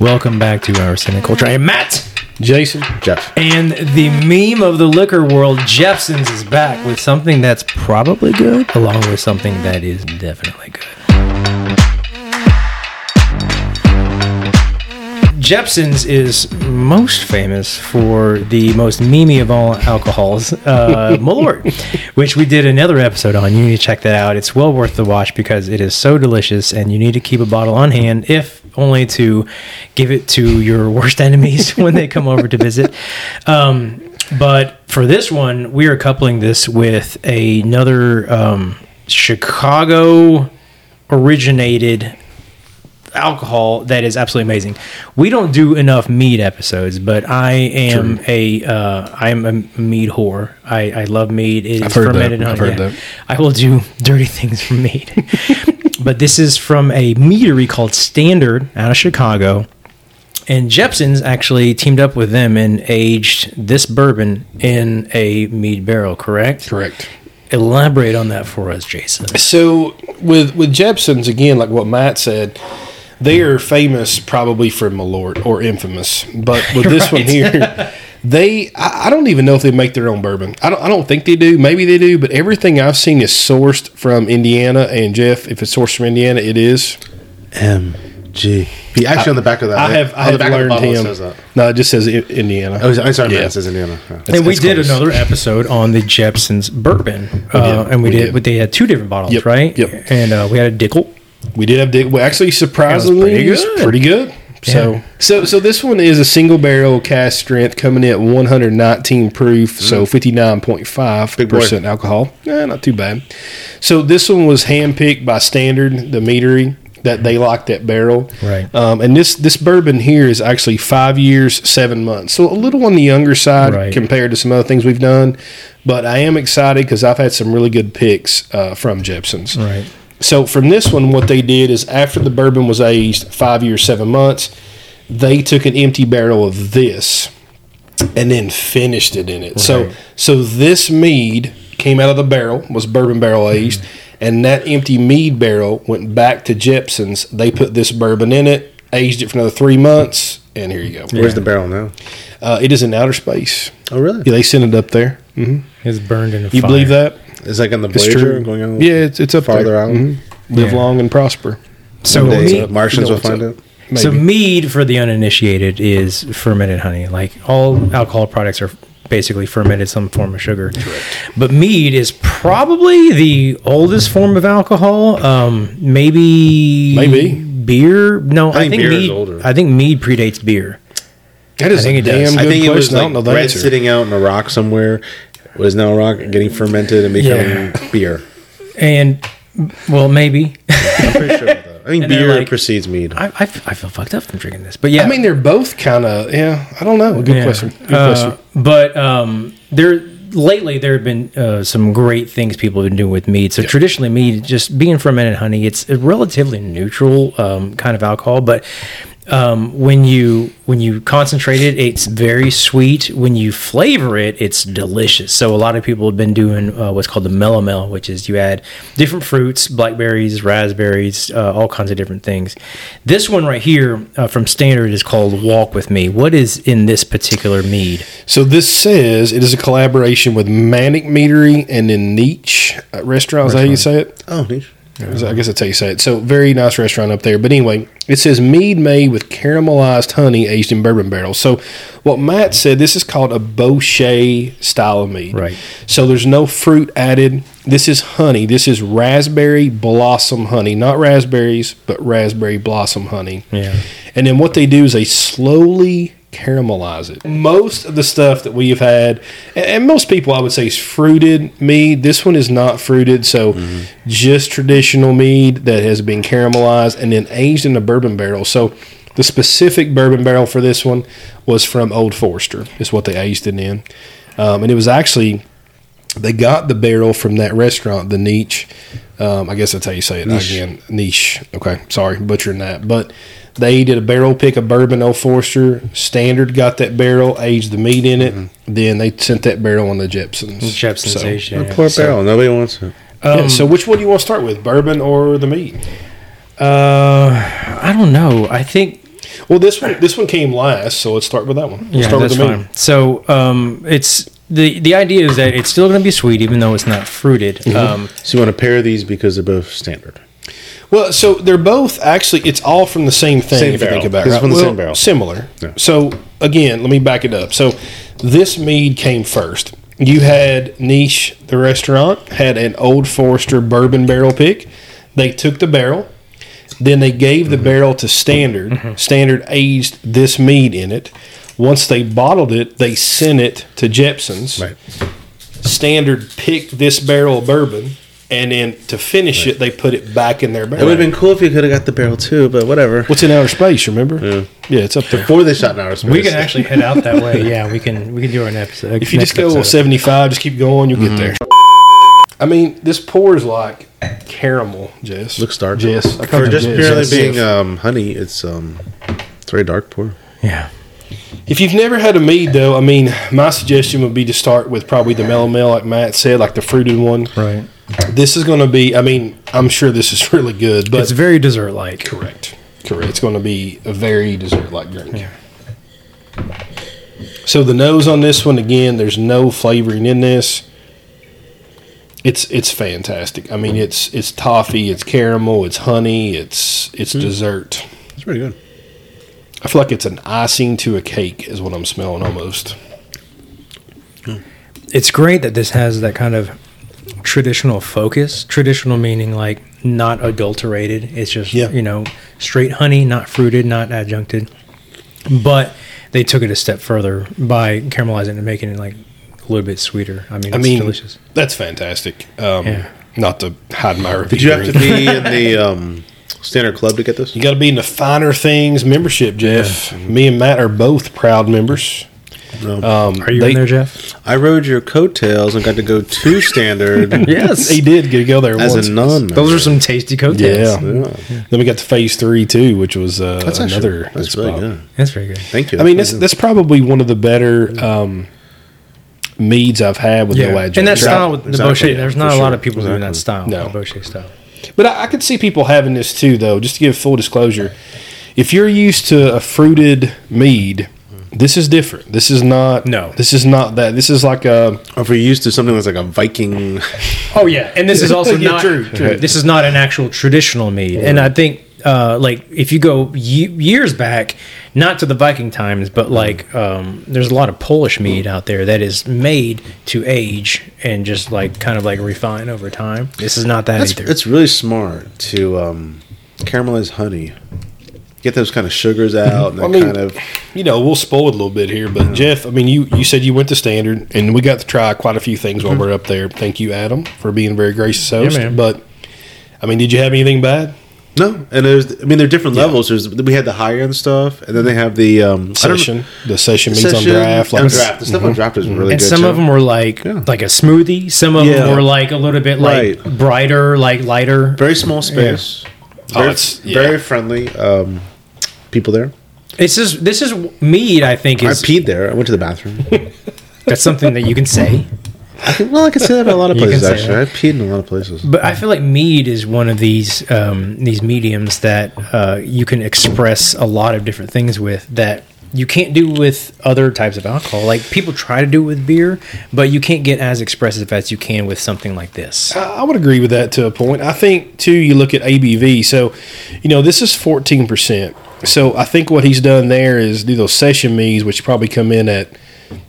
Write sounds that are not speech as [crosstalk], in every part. Welcome back to our Senate Culture. I am Matt, Jason, Jeff. and the meme of the liquor world, Jeffsons, is back with something that's probably good, along with something that is definitely good. Jepson's is most famous for the most memey of all alcohols, uh, Malort, which we did another episode on. You need to check that out. It's well worth the watch because it is so delicious, and you need to keep a bottle on hand, if only to give it to your worst enemies [laughs] when they come over to visit. Um, but for this one, we are coupling this with another um, Chicago originated alcohol that is absolutely amazing. We don't do enough mead episodes, but I am a uh, I am a mead whore. I, I love mead. It is heard that. fermented. I've honey. heard that. I will do dirty things from mead. [laughs] but this is from a meadery called Standard out of Chicago. And Jepson's actually teamed up with them and aged this bourbon in a mead barrel, correct? correct. Elaborate on that for us, Jason. So with with Jepsons again, like what Matt said, they are famous probably for Malort or infamous, but [laughs] with this one Right. here, they I, I don't even know if they make their own bourbon. I don't I don't think they do. Maybe they do, but everything I've seen is sourced from Indiana. And Jeff, if it's sourced from Indiana, it is. M G. He actually on the back of that. I have on I the have back learned of the bottle it him. says that. No, it just says I- Indiana. Oh, I'm sorry, Yeah. man. It says Indiana. Yeah. and we that's did close. another episode on the Jepson's bourbon, uh, did. and we, We did, did. But they had two different bottles, Yep. right? Yep. And uh, we had a Dickel. We did have dig. Well, actually, surprisingly, That pretty was good. pretty good. pretty Yeah. good. So, so, so this one is a single barrel cast strength coming in at 119 proof, Mm. so 59.5 percent alcohol. Eh, not too bad. So this one was handpicked by Standard, the meadery that they like that barrel. Right. Um, and this this bourbon here is actually five years, seven months, so a little on the younger side Right. compared to some other things we've done. But I am excited because I've had some really good picks uh, from Jepson's. Right. So from this one, what they did is after the bourbon was aged five years, seven months, they took an empty barrel of this and then finished it in it. So so this mead came out of the barrel, was bourbon barrel Mm-hmm. aged, and that empty mead barrel went back to Jepson's. They put this bourbon in it, aged it for another three months, and here you go. Where's the barrel now? Uh, it is in outer space. Oh, really? Yeah, they sent it up there. Mm-hmm. It's burned in a You fire. believe that? It's like on the It's Voyager true. going out. yeah, it's, it's up farther there. out. Mhm. Live Yeah. long and prosper. So, They- me- Martians You know will find what's it. up. Maybe. so mead for the uninitiated is fermented honey. Like all alcohol products are basically fermented some form of sugar. But mead is probably the oldest form of alcohol. Um, maybe Maybe. beer. No, I think, think beer is mead. older. I think mead predates beer. That is I think a it does. damn I good think it question. was I like don't know the bread answer. sitting out in a rock somewhere was now a rock getting fermented and becoming beer. And well, maybe I'm pretty sure of that. I think And they're beer like- precedes mead. I, I, I feel fucked up from drinking this, but yeah, I mean, they're both kind of. Yeah, I don't know. Good Yeah. question. Good Uh, question. But um, there lately there have been uh, some great things people have been doing with mead. So traditionally, mead just being fermented honey, it's a relatively neutral um, kind of alcohol, but. Um, when you when you concentrate it, it's very sweet. When you flavor it, it's delicious. So a lot of people have been doing uh, what's called the melomel, which is you add different fruits, blackberries, raspberries, uh, all kinds of different things. This one right here uh, from Standard is called Walk with Me. What is in this particular mead? So this says it is a collaboration with Manic Meadery and then Niche uh, Restaurant. Is that how you say it? Oh, neat. Is- I guess that's how you say it. So very nice restaurant up there. But anyway, it says mead made with caramelized honey aged in bourbon barrels. So what Matt said, this is called a Beauchet style of mead. Right. So there's no fruit added. This is honey. This is raspberry blossom honey, not raspberries, but raspberry blossom honey. Yeah. And then what they do is they slowly caramelize it. Most of the stuff that we've had, and, and most people I would say is fruited mead. This one is not fruited, so just traditional mead that has been caramelized and then aged in a bourbon barrel. So the specific bourbon barrel for this one was from Old Forester, is what they aged it in. Um, and it was actually they got the barrel from that restaurant, the niche. Um, I guess that's how you say it again, niche. Okay, sorry, butchering that. But they did a barrel pick of bourbon Old Forester. Standard got that barrel, aged the meat in it. Then they sent that barrel on the Jepsons. Mm-hmm. Jepson's So, aged, yeah. Poor barrel. Nobody wants it. yeah, so which one do you want to start with, bourbon or the meat? Uh, I don't know. I think Well, this one this one came last, so let's start with that one. Let's Yeah, start that's with the main. fine. So um, it's the the idea is that it's still going to be sweet, even though it's not fruited. Mm-hmm. Um, So you want to pair these because they're both standard. Well, so they're both actually it's all from the same thing Same if barrel. you think about It's it. from the Well, same barrel. Similar. Yeah. So again, let me back it up. So this mead came first. You had Niche, the restaurant, had an old Forester bourbon barrel pick. They took the barrel, then they gave Mm-hmm. the barrel to Standard. Standard aged this mead in it. Once they bottled it, they sent it to Jepson's. Standard picked this barrel of bourbon, and then to finish it, they put it back in their barrel. It would have been cool if you could have got the barrel too, but whatever. What's in outer space? Remember? Yeah, it's up there. Before they shot in our space. we can actually head out that [laughs] way. Yeah, we can we can do our next episode. If you just go seventy five, just keep going, you'll get there. I mean, this pours like caramel, Jess. looks dark. Jess. I call For you just Jess. purely Jess. being um, honey, it's um, it's very dark pour. yeah, If you've never had a mead, though, I mean, my suggestion would be to start with probably the mellow mel, like Matt said, like the fruited one. right. This is going to be. I mean, I'm sure this is [laughs] really good, but it's very dessert like. Correct. Correct. It's going to be a very dessert like drink. So the nose on this one again, there's no flavoring in this. It's it's fantastic. I mean, it's it's toffee, it's caramel, it's honey, it's it's dessert. It's pretty good. I feel like it's an icing to a cake is what I'm smelling almost. It's great that this has that kind of traditional focus. Traditional meaning like not adulterated. It's just Yeah. you know straight honey, not fruited, not adjuncted. But they took it a step further by caramelizing and making it like a little bit sweeter. I mean, I it's mean, delicious. that's fantastic. Um, Yeah. Not to hide my review. Did you have to or anything. be in the um, standard club to get this? You got to be in the finer things membership, Jeff. Me and Matt are both proud members. No. Um, Are you they- in there, Jeff? Uh, I rode your coattails and got to go [laughs] to standard Yes. He did get to go there as once. a non. Those are some tasty cocktails. yeah. Then we got to phase three too, which was uh, That's another. another. That's really spot. good. That's very good. Thank you. I mean, that's that's probably one of the better um, meads I've had with no adjunct. and that style with the Exactly, Bochet, there's not for a lot sure. of people doing that style, No. the Bochet style. But I, I could see people having this too, though. Just to give full disclosure, if you're used to a fruited mead, this is different. This is not. No. This is not that. This is like a. Or if you're used to something that's like a Viking, Oh yeah, and this is [laughs] also Yeah, not true, [laughs] true. this is not an actual traditional mead. And I think uh, like if you go ye- years back, not to the Viking times, but like um, there's a lot of Polish mead out there that is made to age and just like kind of like refine over time. This is not that that's, either. it's really smart to um, caramelize honey, get those kind of sugars out, and that I mean, kind of you know, we'll spoil it a little bit here, but Jeff, I mean, you you said you went to standard, and we got to try quite a few things while we we're up there. Thank you, Adam, for being very gracious host. man. but I mean, did you have anything bad? no. And there's, I mean, there are different levels. There's we had the high end stuff, and then they have the um, I don't- Session, the session meets session on draft, like oh, and draft. Mm-hmm. The stuff on draft is really and good. some too. of them were like Yeah. like a smoothie. Some of Yeah. them were like a little bit like Right. brighter, like lighter. very small space, Oh, very, it's- yeah. very friendly um, people there. It's just this is mead. I think I is peed there. I went to the bathroom. that's something that you can say. [laughs] well, I can say that about a lot of You can places. say Actually, that. I peed in a lot of places. But I feel like mead is one of these um, these mediums that uh, you can express a lot of different things with that you can't do with other types of alcohol. Like people try to do it with beer, but you can't get as expressive as you can with something like this. I I would agree with that to a point. I think too. You look at ABV. So, you know, this is fourteen percent. So I think what he's done there is do those session meets, which probably come in at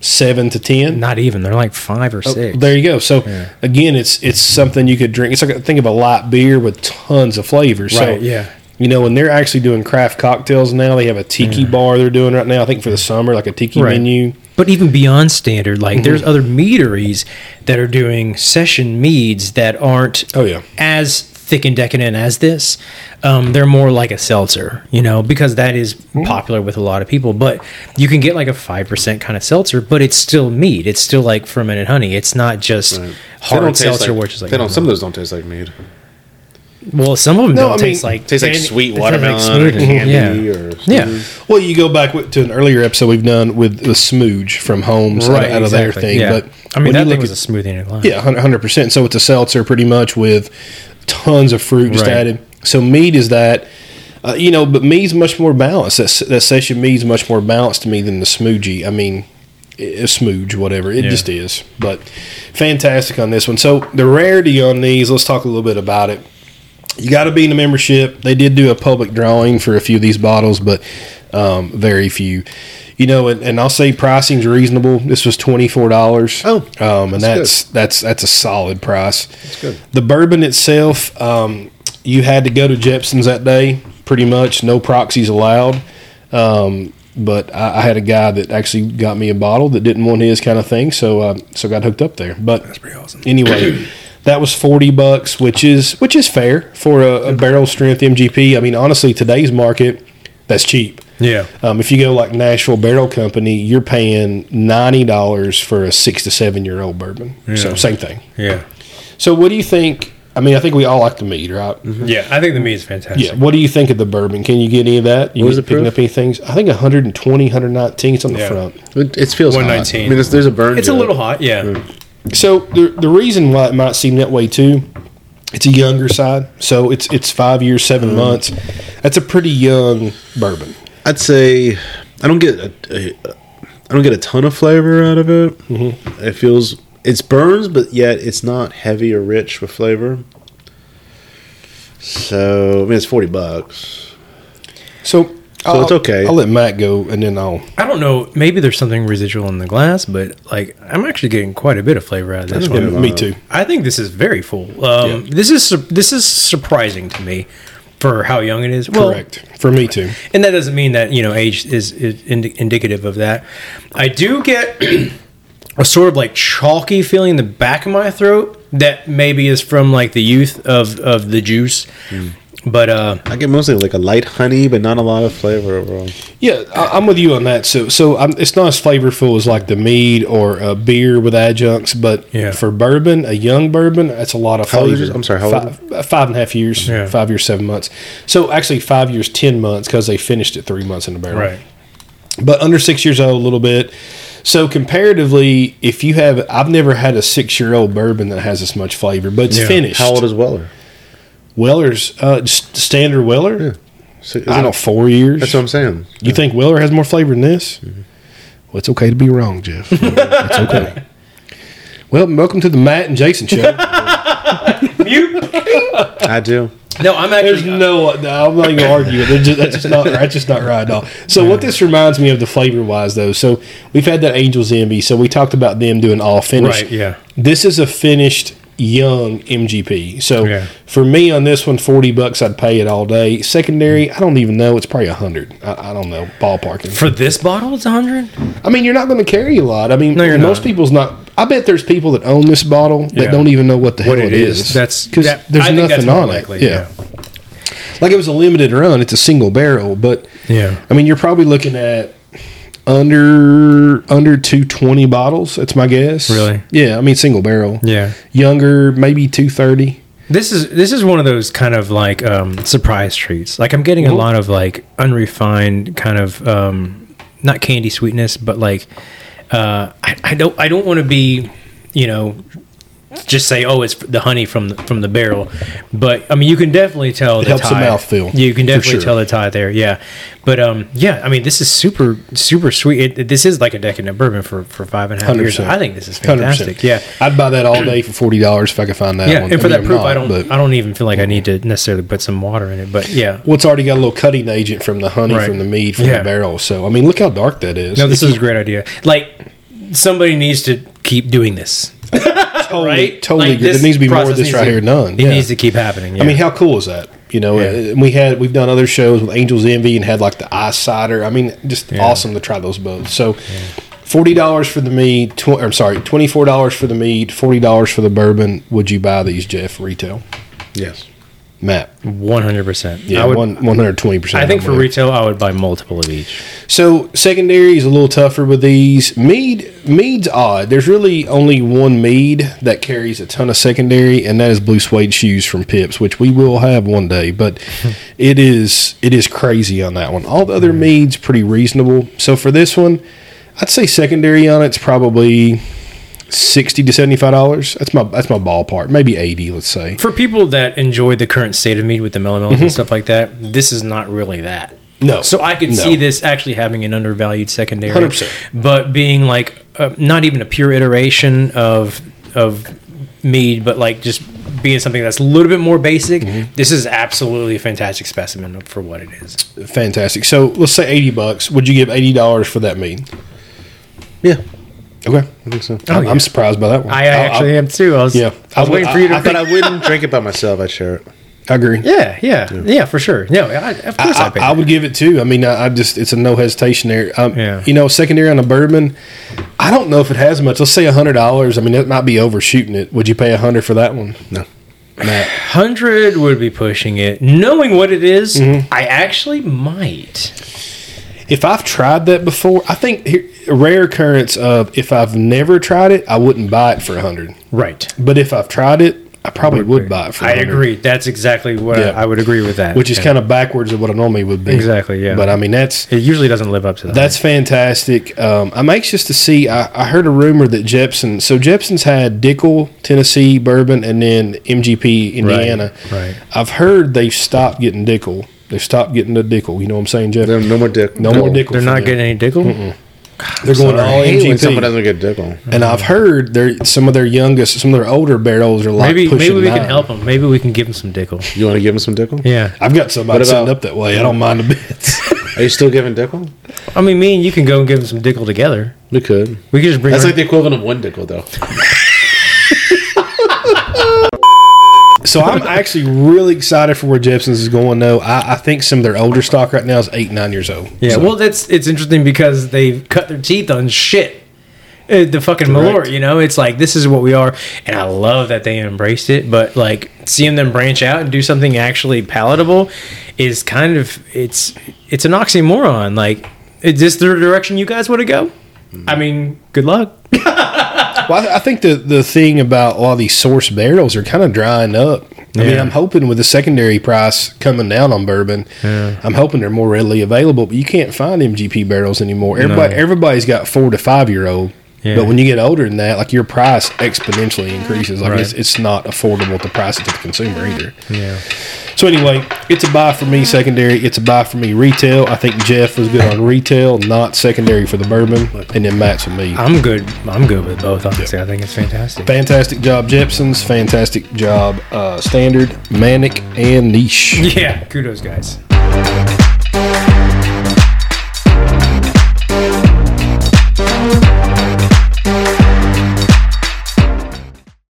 seven to ten. Not even they're like five Oh, or six. There you go. So again, it's it's something you could drink. It's like a- think of a light beer with tons of flavors. Right, so, yeah. You know, and they're actually doing craft cocktails now. They have a tiki bar they're doing right now. I think for the summer, like a tiki Right. menu. But even beyond standard, like there's other meaderies that are doing session meads that aren't Oh, yeah. as thick and decadent as this. Um, they're more like a seltzer, you know, because that is popular with a lot of people. But you can get like a five percent kind of seltzer, but it's still mead. It's still like fermented honey. It's not just They don't hard taste seltzer, like- which is like they don't. Some of those don't taste like mead. well, some of them No, don't I taste mean, like Tastes like they- sweet they taste like watermelon or smoothie. candy Yeah. or yeah. Well, you go back with- to an earlier episode we've done with the smooge from Holmes Right, out of their exactly. thing. Yeah. But I mean when you that look thing was at- a smoothie in a line. Yeah, hundred percent. So it's a seltzer, pretty much with tons of fruit just Right. added. So meat is that. Uh, you know, but mead's much more balanced. That, that session mead's much more balanced to me than the smoogie. I mean, i- a smooge, whatever. It Yeah. just is. But fantastic on this one. So the rarity on these, let's talk a little bit about it. You got to be in the membership. They did do a public drawing for a few of these bottles, but um, very few. You know, and, and I'll say pricing's reasonable. This was twenty four dollars. Oh, um, and that's that's that's that's a solid price. That's good. The bourbon itself, um, you had to go to Jepson's that day, pretty much. No proxies allowed. Um, but I, I had a guy that actually got me a bottle that didn't want his kind of thing, so uh, so got hooked up there. But that's pretty awesome. Anyway, that was forty bucks, which is which is fair for a, a barrel strength MGP. I mean, honestly, today's market, that's cheap. Yeah. Um, if you go like Nashville Barrel Company, you're paying ninety dollars for a six to seven year old bourbon. So Yeah. same thing. Yeah. So what do you think? I mean, I think we all like the mead, right? Yeah. I think the meat is Yeah. fantastic. What do you think of the bourbon? Can you get any of that? You What was get- the picking proof? up any things? I think 120, 119. It's on the Yeah. front. It, it feels hot. 119. I mean, it's, there's a burn. It's a to it. little hot. Yeah. Mm. So the the reason why it might seem that way too, it's a younger side. So it's it's five years, seven months. That's a pretty young bourbon. I'd say I don't get a, a, I don't get a ton of flavor out of it. Mm-hmm. It feels it's burns, but yet it's not heavy or rich with flavor. So I mean, it's forty bucks. So, I'll- it's okay. I'll let Matt go, and then I'll. I don't know. Maybe there's something residual in the glass, but like I'm actually getting quite a bit of flavor out of this one. me too. I think this is very full. Um, This is sur- this is surprising to me for how young it is. Well, Correct for me too. and that doesn't mean that you know age is, is indi- indicative of that. I do get [clears throat] a sort of like chalky feeling in the back of my throat that maybe is from like the youth of of the juice, but uh, I get mostly like a light honey, but not a lot of flavor overall. Yeah, I, I'm with you on that. So, so I'm, it's not as flavorful as like the mead or a beer with adjuncts, but Yeah. for bourbon, a young bourbon, that's a lot of How old flavor. is this? I'm sorry, how old five, uh, five and a half years, Yeah. five years, seven months. So actually, five years, ten months because they finished it three months in the barrel. but under six years old, a little bit. So comparatively, if you have, I've never had a six-year-old bourbon that has this much flavor, but it's Yeah. finished. How old is Weller? Weller's uh, just standard Weller? So, I isn't don't know, it- four years. That's what I'm Mm-hmm. saying. You think Weller has more flavor than this? Well, it's okay to be wrong, Jeff. it's okay. Well, welcome to the Matt and Jason show. I do. No, I'm There's actually. no, no, I'm not even gonna argue. it. They're just, that's just not, that's just not right at all. So what this reminds me of the flavor wise though. So we've had that Angel's Envy. So we talked about them doing all finished. Right, yeah. This is a finished young MGP. So Yeah. for me on this one, forty bucks I'd pay it all day. Secondary, I don't even know. It's probably a hundred. I, I don't know. Ballparking. For this bottle, it's 100. I mean, you're not going to carry a lot. I mean, No, you're most not. people's not. I bet there's people that own this bottle that Yeah. don't even know what the What hell it is. That's because that- there's I think that's nothing more on likely, it. Yeah. like it was a limited run. It's a single barrel, but Yeah. I mean, you're probably looking at under under 220 bottles. That's my guess. Really? Yeah. I mean, single barrel. Yeah. Younger, maybe 230. This is this is one of those kind of like um, surprise treats. Like I'm getting Mm-hmm. a lot of like unrefined kind of um, not candy sweetness, but like uh, I, I don't I don't want to be you know just say oh it's the honey from the, from the barrel, but I mean you can definitely tell the helps the tie. mouthfeel, You can for definitely sure. tell the tie there, yeah. But um, yeah, I mean this is super super sweet. It, this is like a decadent bourbon for for five and a half years. 100%. I think this is fantastic. Yeah. I'd buy that all day for forty dollars if I could find that. Yeah, one. and for mean, that I'm proof, not, I don't, but- I don't even feel like I need to necessarily put some water in it. But yeah, well, it's already got a little cutting agent from the honey, Right. from the mead, from Yeah. the barrel. So, I mean, look how dark that is. no, this is a great idea. Like somebody needs to keep doing this. totally, right? totally Like, good. this There needs to be more of process this needs right to- here done. It needs to keep happening. I mean, how cool is that? You know, Yeah. uh, we had we've done other shows with Angels Envy and had like the ice cider. I mean, just Yeah. awesome to try those both. So, forty dollars for the mead. Tw- I'm sorry, twenty four dollars for the mead, forty dollars for the bourbon. Would you buy these, Jeff? Retail, Yes. Matt? one hundred percent. Yeah, I would. one one hundred twenty percent. I think for retail, I would buy multiple of each. So secondary is a little tougher with these. Mead mead's odd. There's really only one mead that carries a ton of secondary, and that is blue suede shoes from Pips, which we will have one day. [laughs] But it is it is crazy on that one. All the Mm. other meads pretty reasonable. So for this one, I'd say secondary on it's probably sixty to seventy five dollars. That's my that's my ballpark. Maybe eighty, let's say. For people that enjoy the current state of meat with the melanomas and stuff like that, this is not really that. No. So I could No. see this actually having an undervalued secondary, 100%. but being like uh, not even a pure iteration of of mead, but like just being something that's a little bit more basic. This is absolutely a fantastic specimen for what it is. Fantastic. So let's say eighty bucks. Would you give eighty dollars for that meat? Yeah, Okay. I think so. I'm, Oh, yeah. I'm surprised by that one. I, I actually am too. I was, Yeah. I was I- waiting for you to. I thought I wouldn't drink it by myself. I'd share it. I agree. yeah, yeah, yeah, for sure. No, I, of course I, I, paid. I would give it too. I mean, I, I just it's a no hesitation there. Um, Yeah. You know, secondary on a bourbon, I don't know if it has much. Let's say hundred dollars. I mean, that might be overshooting it. Would you pay a hundred for that one? No. Matt. Hundred would be pushing it. Knowing what it is, I actually might. If I've tried that before, I think here, a rare occurrence of if I've never tried it, I wouldn't buy it for a hundred. Right. But if I've tried it, I probably would buy it for. I 100, agree. That's exactly what Yeah. I would agree with that. Which is Yeah. kind of backwards of what I normally would be. Exactly, yeah. But I mean, that's it usually doesn't live up to that. That's fantastic. Um, I'm anxious to see. I, I heard a rumor that Jepson. So Jepson's had Dickel, Tennessee bourbon, and then MGP Indiana. right. I've heard they've stopped getting Dickel. They've stopped getting the Dickel. You know what I'm saying, Jeff? No, no more dick. No more dick. they're for not them. getting any dickle. They're going I all hate when someone MGP. doesn't get dick on. And I've heard their some of their youngest, some of their older barrels are like Maybe pushing maybe we can nine. help them. Maybe we can give them some dickle. You want to give him some dick on? Yeah. I've got somebody What about- sitting up that way. I don't mind a bit. Are you still giving dick on? I mean, me and you can go and give them some dickle together. We could. We could just bring. That's our- like the equivalent of one dickle, though. [laughs] So I'm actually really excited for where Jepson's is going. Though I, I think some of their older stock right now is eight, nine years old. yeah. So- Well, that's it's interesting because they've cut their teeth on shit. Uh, the fucking malort, you know, it's like this is what we are, and I love that they embraced it. But like seeing them branch out and do something actually palatable is kind of it's it's an oxymoron. Like, is this the direction you guys want to go? I mean, good luck. Well, I, th- I think the the thing about a lot of these source barrels are kind of drying up. I mean, Yeah. I'm hoping with the secondary price coming down on bourbon, I'm hoping they're more readily available. But you can't find MGP barrels anymore. Everybody, everybody's got four to five year old. Yeah. But when you get older than that, like your price exponentially increases. Like Right. it's, it's not affordable to price it to the consumer either. Yeah. So anyway, it's a buy for me secondary. It's a buy for me retail. I think Jeff was good on retail, not secondary for the bourbon, and then Matt's with me. I'm good. I'm good with both. Honestly, I think it's fantastic. Fantastic job, Jepsons. Fantastic job, uh, Standard, Manic, and Niche. Yeah, kudos, guys.